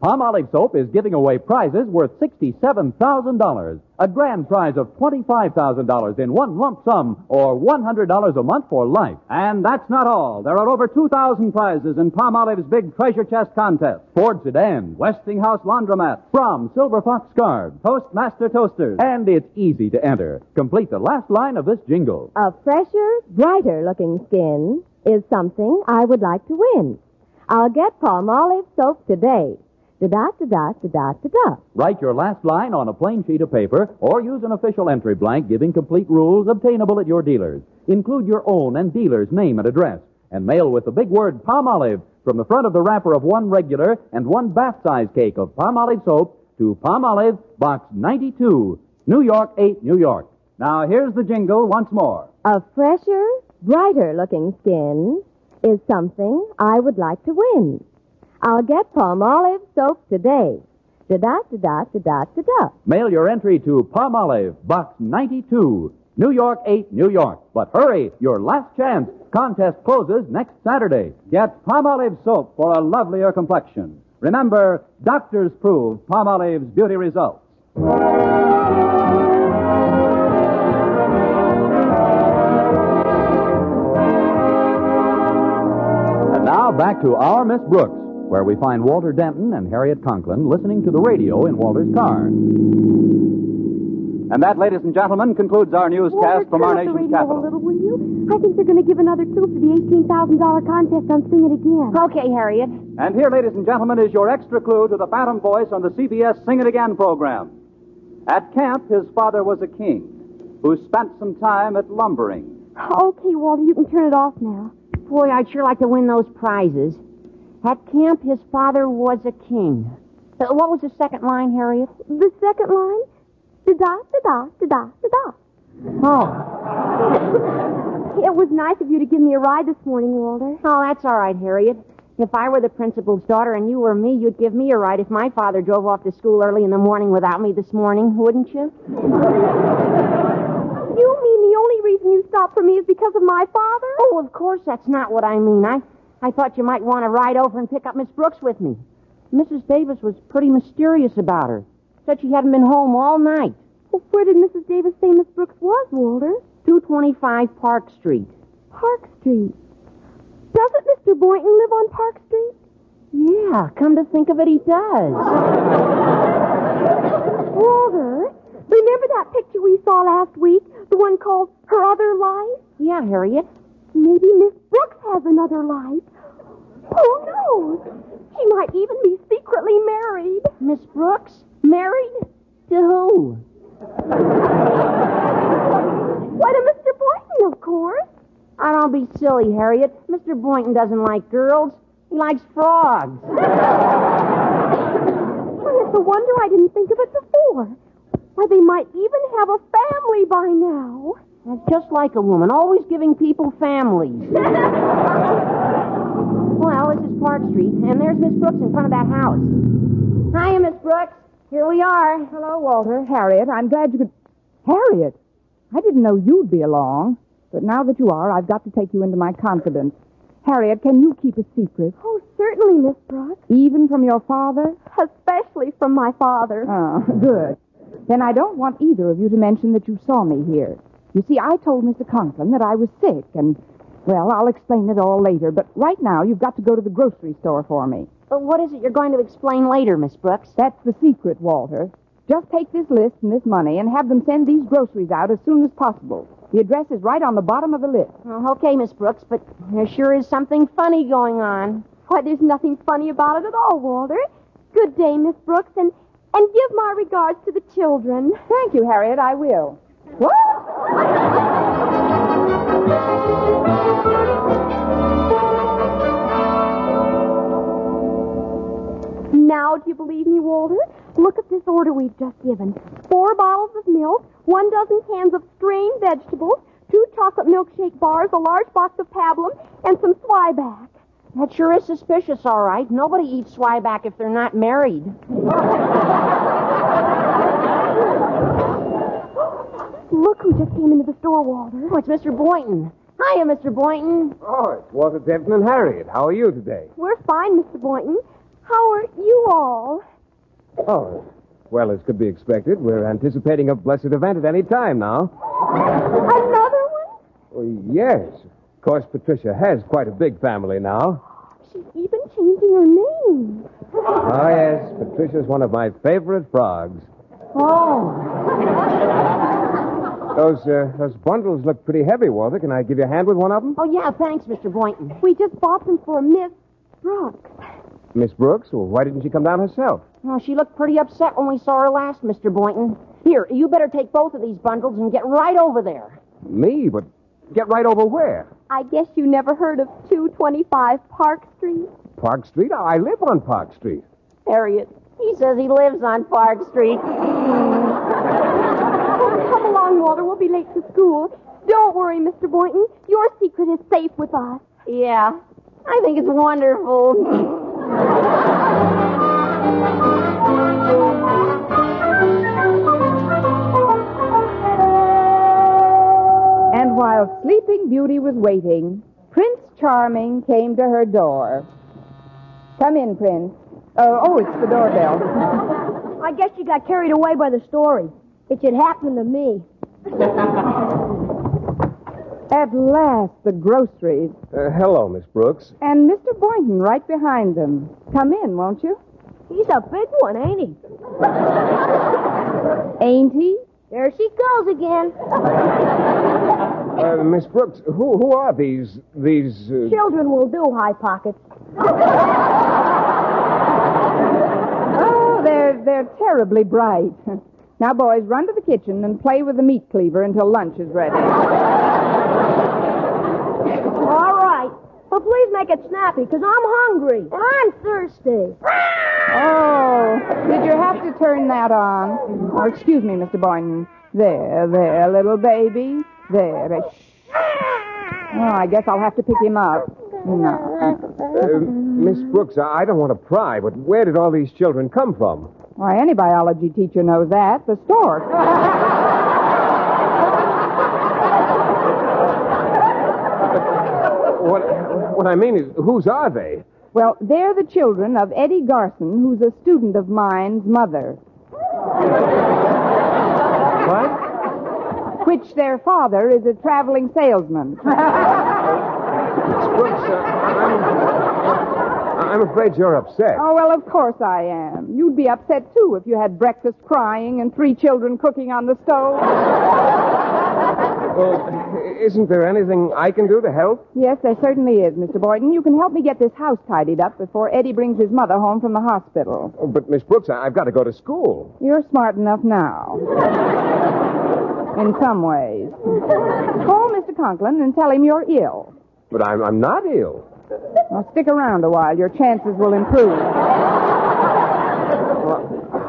K: Palm Olive Soap is giving away prizes worth $67,000, a grand prize of $25,000 in one lump sum, or $100 a month for life. And that's not all. There are over 2,000 prizes in Palm Olive's big treasure chest contest. Ford sedans, Westinghouse laundromat, From Silver Fox scarves, Toastmaster toasters. And it's easy to enter. Complete the last line of this jingle.
U: A fresher, brighter looking skin is something I would like to win. I'll get palm olive soap today. Da da da da da da da da.
K: Write your last line on a plain sheet of paper or use an official entry blank giving complete rules obtainable at your dealer's. Include your own and dealer's name and address and mail with the big word palm olive from the front of the wrapper of one regular and one bath size cake of palm olive soap to Palm Olive, Box 92, New York 8, New York. Now here's the jingle once more.
U: A fresher, brighter looking skin is something I would like to win. I'll get palm olive soap today. Da da da da da da da da.
K: Mail your entry to Palm Olive, Box 92, New York 8, New York. But hurry, your last chance. Contest closes next Saturday. Get Palm Olive soap for a lovelier complexion. Remember, doctors prove Palm Olive's beauty results. And now back to our Miss Brooks, where we find Walter Denton and Harriet Conklin listening to the radio in Walter's car. And that, ladies and gentlemen, concludes our newscast from our
R: turn up the
K: nation's
R: radio
K: capital.
R: a little, will you? I think they're going to give another clue for the eighteen thousand dollar contest on Sing It Again. Okay, Harriet.
K: And here, ladies and gentlemen, is your extra clue to the Phantom Voice on the CBS Sing It Again program. At camp, his father was a king who spent some time at lumbering.
R: Okay, Walter, you can turn it off now.
V: Boy, I'd sure like to win those prizes. At camp, his father was a king. Uh, what was the second line, Harriet?
R: The second line, da da da da da da da da.
V: Oh,
R: It was nice of you to give me a ride this morning, Walter.
V: oh, that's all right, Harriet. If I were the principal's daughter and you were me, you'd give me a ride if my father drove off to school early in the morning without me this morning, wouldn't you?
R: You mean the only reason you stopped for me is because of my father?
V: Oh, of course, that's not what I mean. I,
W: I thought you might want to ride over and pick up Miss Brooks with me. Mrs. Davis was pretty mysterious about her. Said she hadn't been home all night. Well, where did Mrs. Davis say Miss Brooks was, Walter? 225 Park Street.
R: Park Street. Doesn't Mr. Boynton live on Park Street?
W: Yeah, come to think of it, he does.
R: Walter, remember that picture we saw last week? The one called Her Other Life?
W: Yeah, Harriet.
R: Maybe Miss Brooks has another life. Who knows? She might even be secretly married.
W: Miss Brooks? Married? To who?
R: Why to Mr. Boynton, of course.
W: I Ah, don't be silly, Harriet. Mr. Boynton doesn't like girls. He likes frogs.
R: Well, it's a wonder I didn't think of it before. Why, they might even have a family by now.
W: That's just like a woman, always giving people families. well, this is Park Street, and there's Miss Brooks in front of that house. Hiya, Miss Brooks. Here we are. Hello,
O: Walter, Harriet, I'm glad you could. Harriet, I didn't know you'd be along, but now that you are, I've got to take you into my confidence. Harriet, can you keep a secret?
R: Oh, certainly, Miss Brooks.
O: Even from your father?
R: Especially from my father.
O: Oh, good. Then I don't want either of you to mention that you saw me here. You see, I told Mr. Conklin that I was sick, and, well, I'll explain it all later, but right now you've got to go to the grocery store for me.
W: But what is it you're going to explain later, Miss Brooks?
O: That's the secret, Walter. Just take this list and this money and have them send these groceries out as soon as possible. The address is right on the bottom of the list.
W: Oh, okay, Miss Brooks, but there sure is something funny going on.
R: Why, there's nothing funny about it at all, Walter. Good day, Miss Brooks, and, and give my regards to the children.
O: Thank you, Harriet, I will. What?
R: Now, do you believe me, Walter? Look at this order we've just given. Four bottles of milk, one dozen cans of strained vegetables, two chocolate milkshake bars, a large box of pablum, and some swyback.
W: That sure is suspicious, all right. Nobody eats swyback if they're not married.
R: Look who just came into the store, Walter.
W: Oh, it's Mr. Boynton. Hiya, Mr. Boynton.
C: Oh, it's Walter Denton and Harriet. How are you today?
R: We're fine, Mr. Boynton. How are you all?
C: Oh, well, as could be expected, we're anticipating a blessed event at any time now.
R: Another one?
C: Well, Oh, yes. Of course, Patricia has quite a big family now.
R: She's even changing her name.
C: Oh, yes. Patricia's one of my favorite frogs. Those, uh, those bundles look pretty heavy, Walter. Can I give you a hand with one of them?
W: Oh, yeah, thanks, Mr. Boynton.
R: We just bought them for Miss Brooks.
C: Miss Brooks, well, why didn't she come down herself?
W: Oh, she looked pretty upset when we saw her last, Mr. Boynton. Here, you better take both of these bundles and get right over there.
C: Me, but get right over where?
R: I guess you never heard of 225 Park Street.
C: Park Street? I I live on Park Street.
W: Harriet. He says he lives on Park Street.
R: Oh, come along, Walter. We'll be late to school. Don't worry, Mr. Boynton. Your secret is safe with us.
W: yeah. I think it's wonderful.
O: And while Sleeping Beauty was waiting, Prince Charming came to her door. Come in, Prince. Oh, oh, it's the doorbell.
D: I guess you got carried away by the story. It should happen to me.
O: At last, the groceries.
C: Uh, hello, Miss Brooks.
O: And Mr. Boynton right behind them. Come in, won't you?
D: He's a big one, eh? ain't he?
O: Ain't he?
D: There she goes again.
C: Uh, Miss Brooks, who, who are these, these... Uh...
D: Children will do, High Pockets.
O: Oh, they're, they're terribly bright. Now, boys, run to the kitchen and play with the meat cleaver until lunch is ready.
D: All right. But please make it snappy, because I'm hungry. And I'm thirsty.
O: Oh, did you have to turn that on? Oh, excuse me, Mr. Boynton. There, there, little baby. There. uh, Shh. Oh, I guess I'll have to pick him up. No.
C: Uh, Miss Brooks, I I don't want to pry, but where did all these children come from?
O: Why, any biology teacher knows that. The stork.
C: What, What I mean is, whose are they?
O: Well, they're the children of Eddie Garson, who's a student of mine's mother.
C: What?
O: Which their father is a traveling salesman.
C: I- I'm afraid you're upset.
O: Oh, well, of course I am. You'd be upset, too, if you had breakfast crying and three children cooking on the stove.
C: Well, isn't there anything I can do to help?
O: yes, there certainly is, Mr. Boyden. You can help me get this house tidied up before Eddie brings his mother home from the hospital.
C: Oh, but, Miss Brooks, I- I've got to go to school.
O: You're smart enough now. In some ways. Call Mr. Conklin and tell him you're ill.
C: But I'm, I'm not ill.
O: Now, stick around a while. Your chances will improve.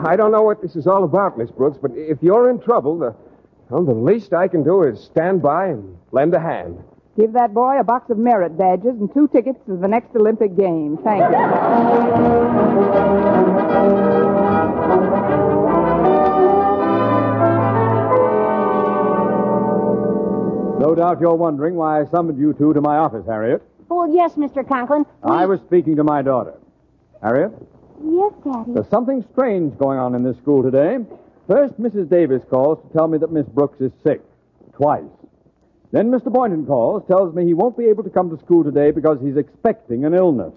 C: I don't know what this is all about, Miss Brooks, but if you're in trouble, the, well, the least I can do is stand by and lend a hand.
O: Give that boy a box of merit badges and two tickets to the next Olympic Games. Thank you.
N: No doubt you're wondering why I summoned you two to my office, Harriet.
X: Well, yes, Mr. Conklin.
N: I was speaking to my daughter. Harriet,
X: Yes, Daddy.
N: there's something strange going on in this school today. First, Mrs. Davis calls to tell me that Miss Brooks is sick. Twice. Then Mr. Boynton calls, tells me he won't be able to come to school today because he's expecting an illness.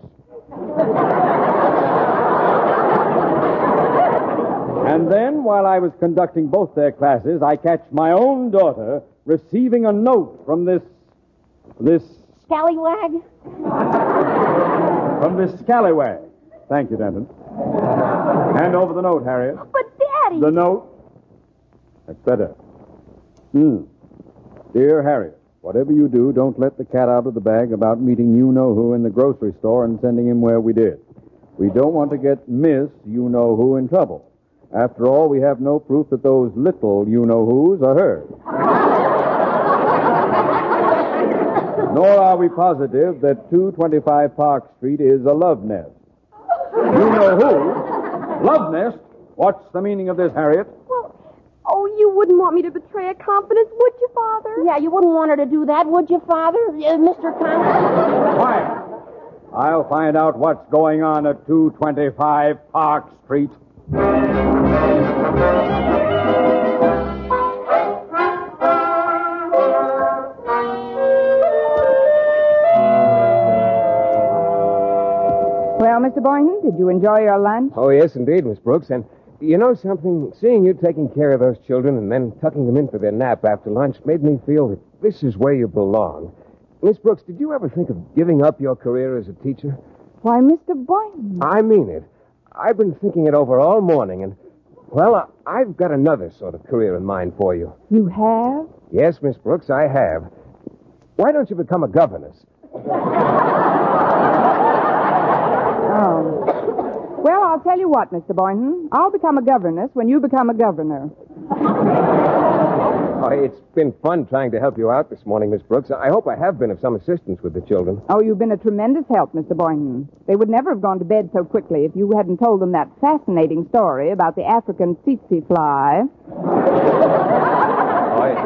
N: And then, while I was conducting both their classes, I catch my own daughter receiving a note from this. this.
X: Scallywag?
N: from this scallywag. Thank you, Denton. Hand over the note, Harriet.
X: Oh, But, Daddy.
N: The note. That's better. Hmm. Dear Harriet, whatever you do, don't let the cat out of the bag about meeting you know who in the grocery store and sending him where we did. We don't want to get Miss You Know Who in trouble. After all, we have no proof that those little You Know Who's are her. Nor are we positive that 225 Park Street is a love nest. You know who? Love nest? What's the meaning of this, Harriet?
R: Oh, you wouldn't want me to betray a confidence, would you, Father?
X: Yeah, you wouldn't want her to do that, would you, Father? Uh, Mr. Conklin?
N: Quiet. I'll find out what's going on at 225 Park Street.
O: Well, Mr. Boynton, did you enjoy your lunch?
C: Oh, yes, indeed, Miss Brooks. And you know something? Seeing you taking care of those children and then tucking them in for their nap after lunch made me feel that this is where you belong. Miss Brooks, did you ever think of giving up your career as a teacher?
O: Why, Mr. Boynton.
C: I mean it. I've been thinking it over all morning, and, well, I- I've got another sort of career in mind for you.
O: You have?
C: Yes, Miss Brooks, I have. Why don't you become a governess?
O: Oh. Well, I'll tell you what, Mr. Boynton. I'll become a governess when you become a governor.
C: Oh, it's been fun trying to help you out this morning, Miss Brooks. I hope I have been of some assistance with the children.
O: Oh, you've been a tremendous help, Mr. Boynton. They would never have gone to bed so quickly if you hadn't told them that fascinating story about the African tsetse fly.
C: Oh, it,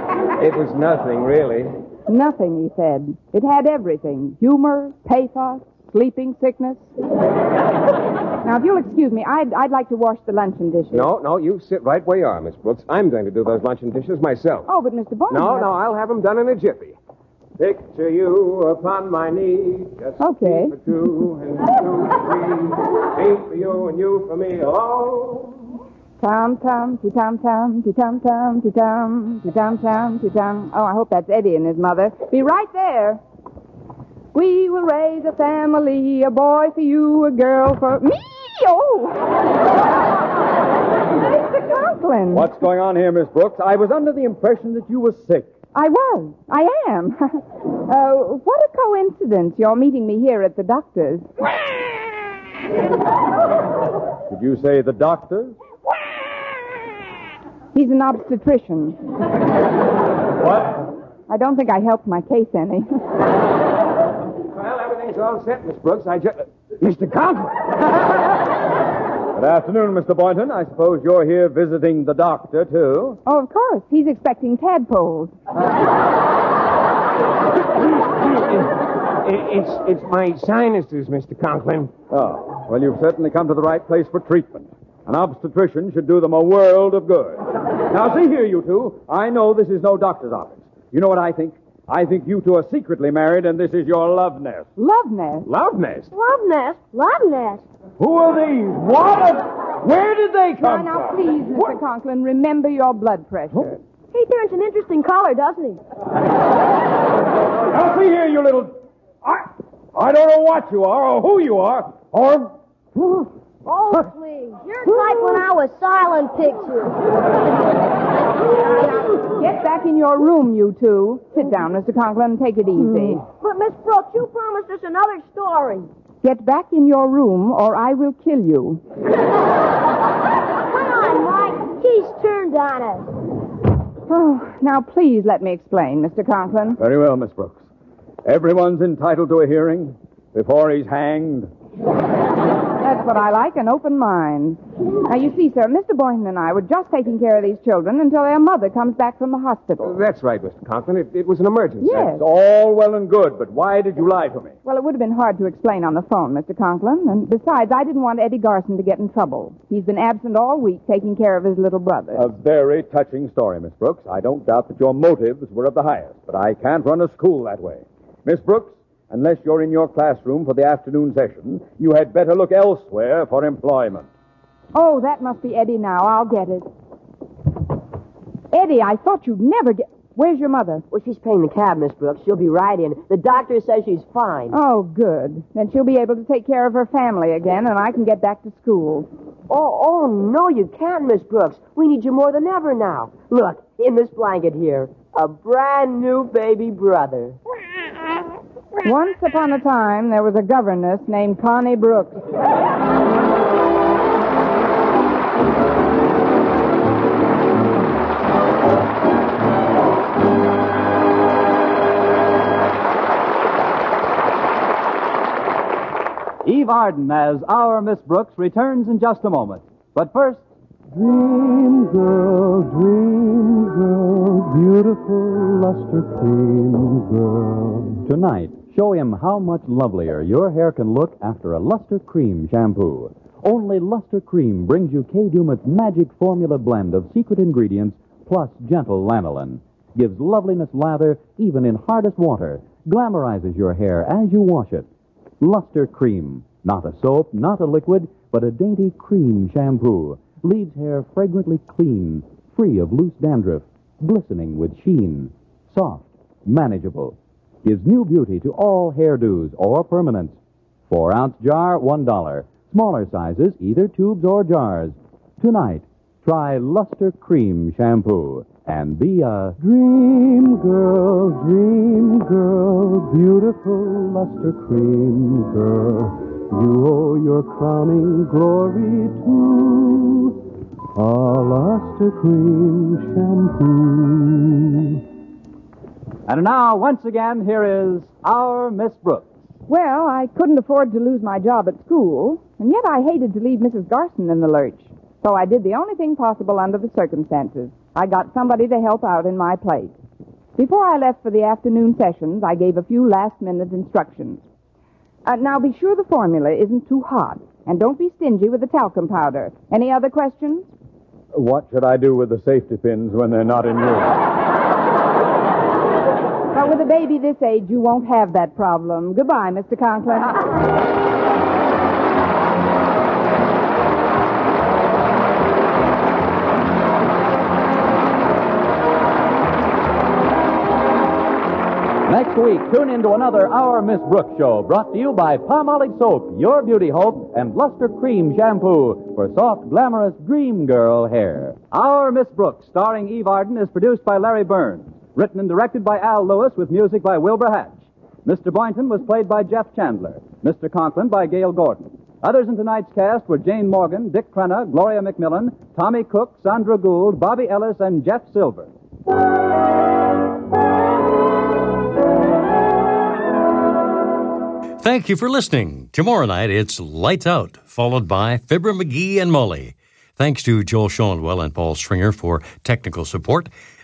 C: it was nothing, really.
O: Nothing, he said. It had everything humor, pathos, sleeping sickness. now, if you'll excuse me, I'd, I'd like to wash the luncheon dishes.
C: No, no, you sit right where you are, Miss Brooks. I'm going to do those luncheon dishes myself.
O: Oh, but Mr. Boynton.
C: No, no, I'll have them done in a jiffy. Picture you upon my knee. Just
O: Okay.
C: For two and two, three. Ain't for you and you for me alone.
O: Tom, Tom, to Tom, Tom, to Tom, Tom, to Tom, to Tom, Tom, to Tom. Oh, I hope that's Eddie and his mother. Be right there. We will raise a family, a boy for you, a girl for me. Oh, Mr. Conklin.
N: What's going on here, Miss Brooks? I was under the impression that you were sick.
O: I was. I am. uh, what a coincidence! You're meeting me here at the doctor's.
N: Did you say the doctor?
O: He's an obstetrician.
C: What?
O: I don't think I helped my case any.
C: Well, everything's all set, Miss Brooks. I just. Mr. Conklin!
N: Good afternoon, Mr. Boynton. I suppose you're here visiting the doctor, too.
O: oh, of course. He's expecting tadpoles.
C: It's, it's my sinuses, Mr. Conklin.
N: Oh, well, you've certainly come to the right place for treatment. An obstetrician should do them a world of good. Now, see here, you two. I know this is no doctor's office. You know what I think? I think you two are secretly married, and this is your love nest.
O: Love nest.
N: Love nest?
D: Love nest. Love nest.
N: Who are these? What? A... Where did they
O: Now,
N: come
O: now,
N: from?
O: please, Mr. Conklin, remember your blood pressure.
D: He turns an interesting color, doesn't he?
N: Now, see here, you little. I, I don't know what you are or who you are or.
D: Oh, please. You're like when I was silent picture.
O: Get back in your room, you two. Sit down, Mr. Conklin. Take it easy.
N: Hmm.
D: But, Miss Brooks, you promised us another story.
O: Get back in your room, or I will kill you.
D: Come on, Mike. He's turned on us.
O: Oh, now please let me explain, Mr. Conklin.
N: Very well, Miss Brooks. Everyone's entitled to a hearing before he's hanged.
O: That's what I like, an open mind. Now, you see, sir, Mr. Boynton and I were just taking care of these children until their mother comes back from the hospital.
C: That's right, Mr. Conklin. It, it was an emergency.
O: Yes.
N: It's all well and good, but why did you lie to me?
O: Well, it would have been hard to explain on the phone, Mr. Conklin. And besides, I didn't want Eddie Garson to get in trouble. He's been absent all week taking care of his little brother.
N: A very touching story, Miss Brooks. I don't doubt that your motives were of the highest, but I can't run a school that way. Miss Brooks, unless you're in your classroom for the afternoon session, you had better look elsewhere for employment.
O: Oh, that must be Eddie now. I'll get it. Eddie, I thought you'd never get. Where's your mother?
Q: Well, she's paying the cab, Miss Brooks. She'll be right in. The doctor says she's fine.
O: Oh, good. Then she'll be able to take care of her family again, and I can get back to school.
Q: Oh, oh no, you can't, Miss Brooks. We need you more than ever now. Look, in this blanket here, a brand new baby brother.
O: Once upon a time, there was a governess named Connie Brooks.
N: Eve Arden as our Miss Brooks returns in just a moment. But first,
J: Dream girl, dream girl, beautiful luster cream girl.
K: Tonight, show him how much lovelier your hair can look after a Luster Cream shampoo. Only Luster Cream brings you K. Dumas' magic formula blend of secret ingredients plus gentle lanolin. Gives loveliness lather even in hardest water. Glamorizes your hair as you wash it. Luster Cream. Not a soap, not a liquid, but a dainty cream shampoo. Leaves hair fragrantly clean, free of loose dandruff, glistening with sheen. Soft, manageable. Gives new beauty to all hairdos or permanents. Four ounce jar, one dollar. Smaller sizes, either tubes or jars. Tonight, try Luster Cream Shampoo and be a
J: Dream girl, dream girl, beautiful luster cream girl. You owe your crowning glory to a luster cream shampoo.
N: and now, once again, here is our Miss Brooks.
O: Well, I couldn't afford to lose my job at school, and yet I hated to leave Mrs. Garson in the lurch. So I did the only thing possible under the circumstances. I got somebody to help out in my place. Before I left for the afternoon sessions, I gave a few last minute instructions. Uh, now, be sure the formula isn't too hot, and don't be stingy with the talcum powder. Any other questions?
N: What should I do with the safety pins when they're not in use?
O: But with a baby this age, you won't have that problem. Goodbye, Mr. Conklin.
K: Next week, tune in to another Our Miss Brooks show brought to you by Palm Olive Soap, Your Beauty Hope, and Luster Cream Shampoo for soft, glamorous dream girl hair.
N: Our Miss Brooks, starring Eve Arden, is produced by Larry Burns, written and directed by Al Lewis, with music by Wilbur Hatch. Mr. Boynton was played by Jeff Chandler, Mr. Conklin by Gail Gordon. Others in tonight's cast were Jane Morgan, Dick Crenna, Gloria McMillan, Tommy Cook, Sandra Gould, Bobby Ellis, and Jeff Silver.
A: Thank you for listening. Tomorrow night, it's Lights Out, followed by Fibber McGee and Molly. Thanks to Joel Schoenwell and Paul Stringer for technical support.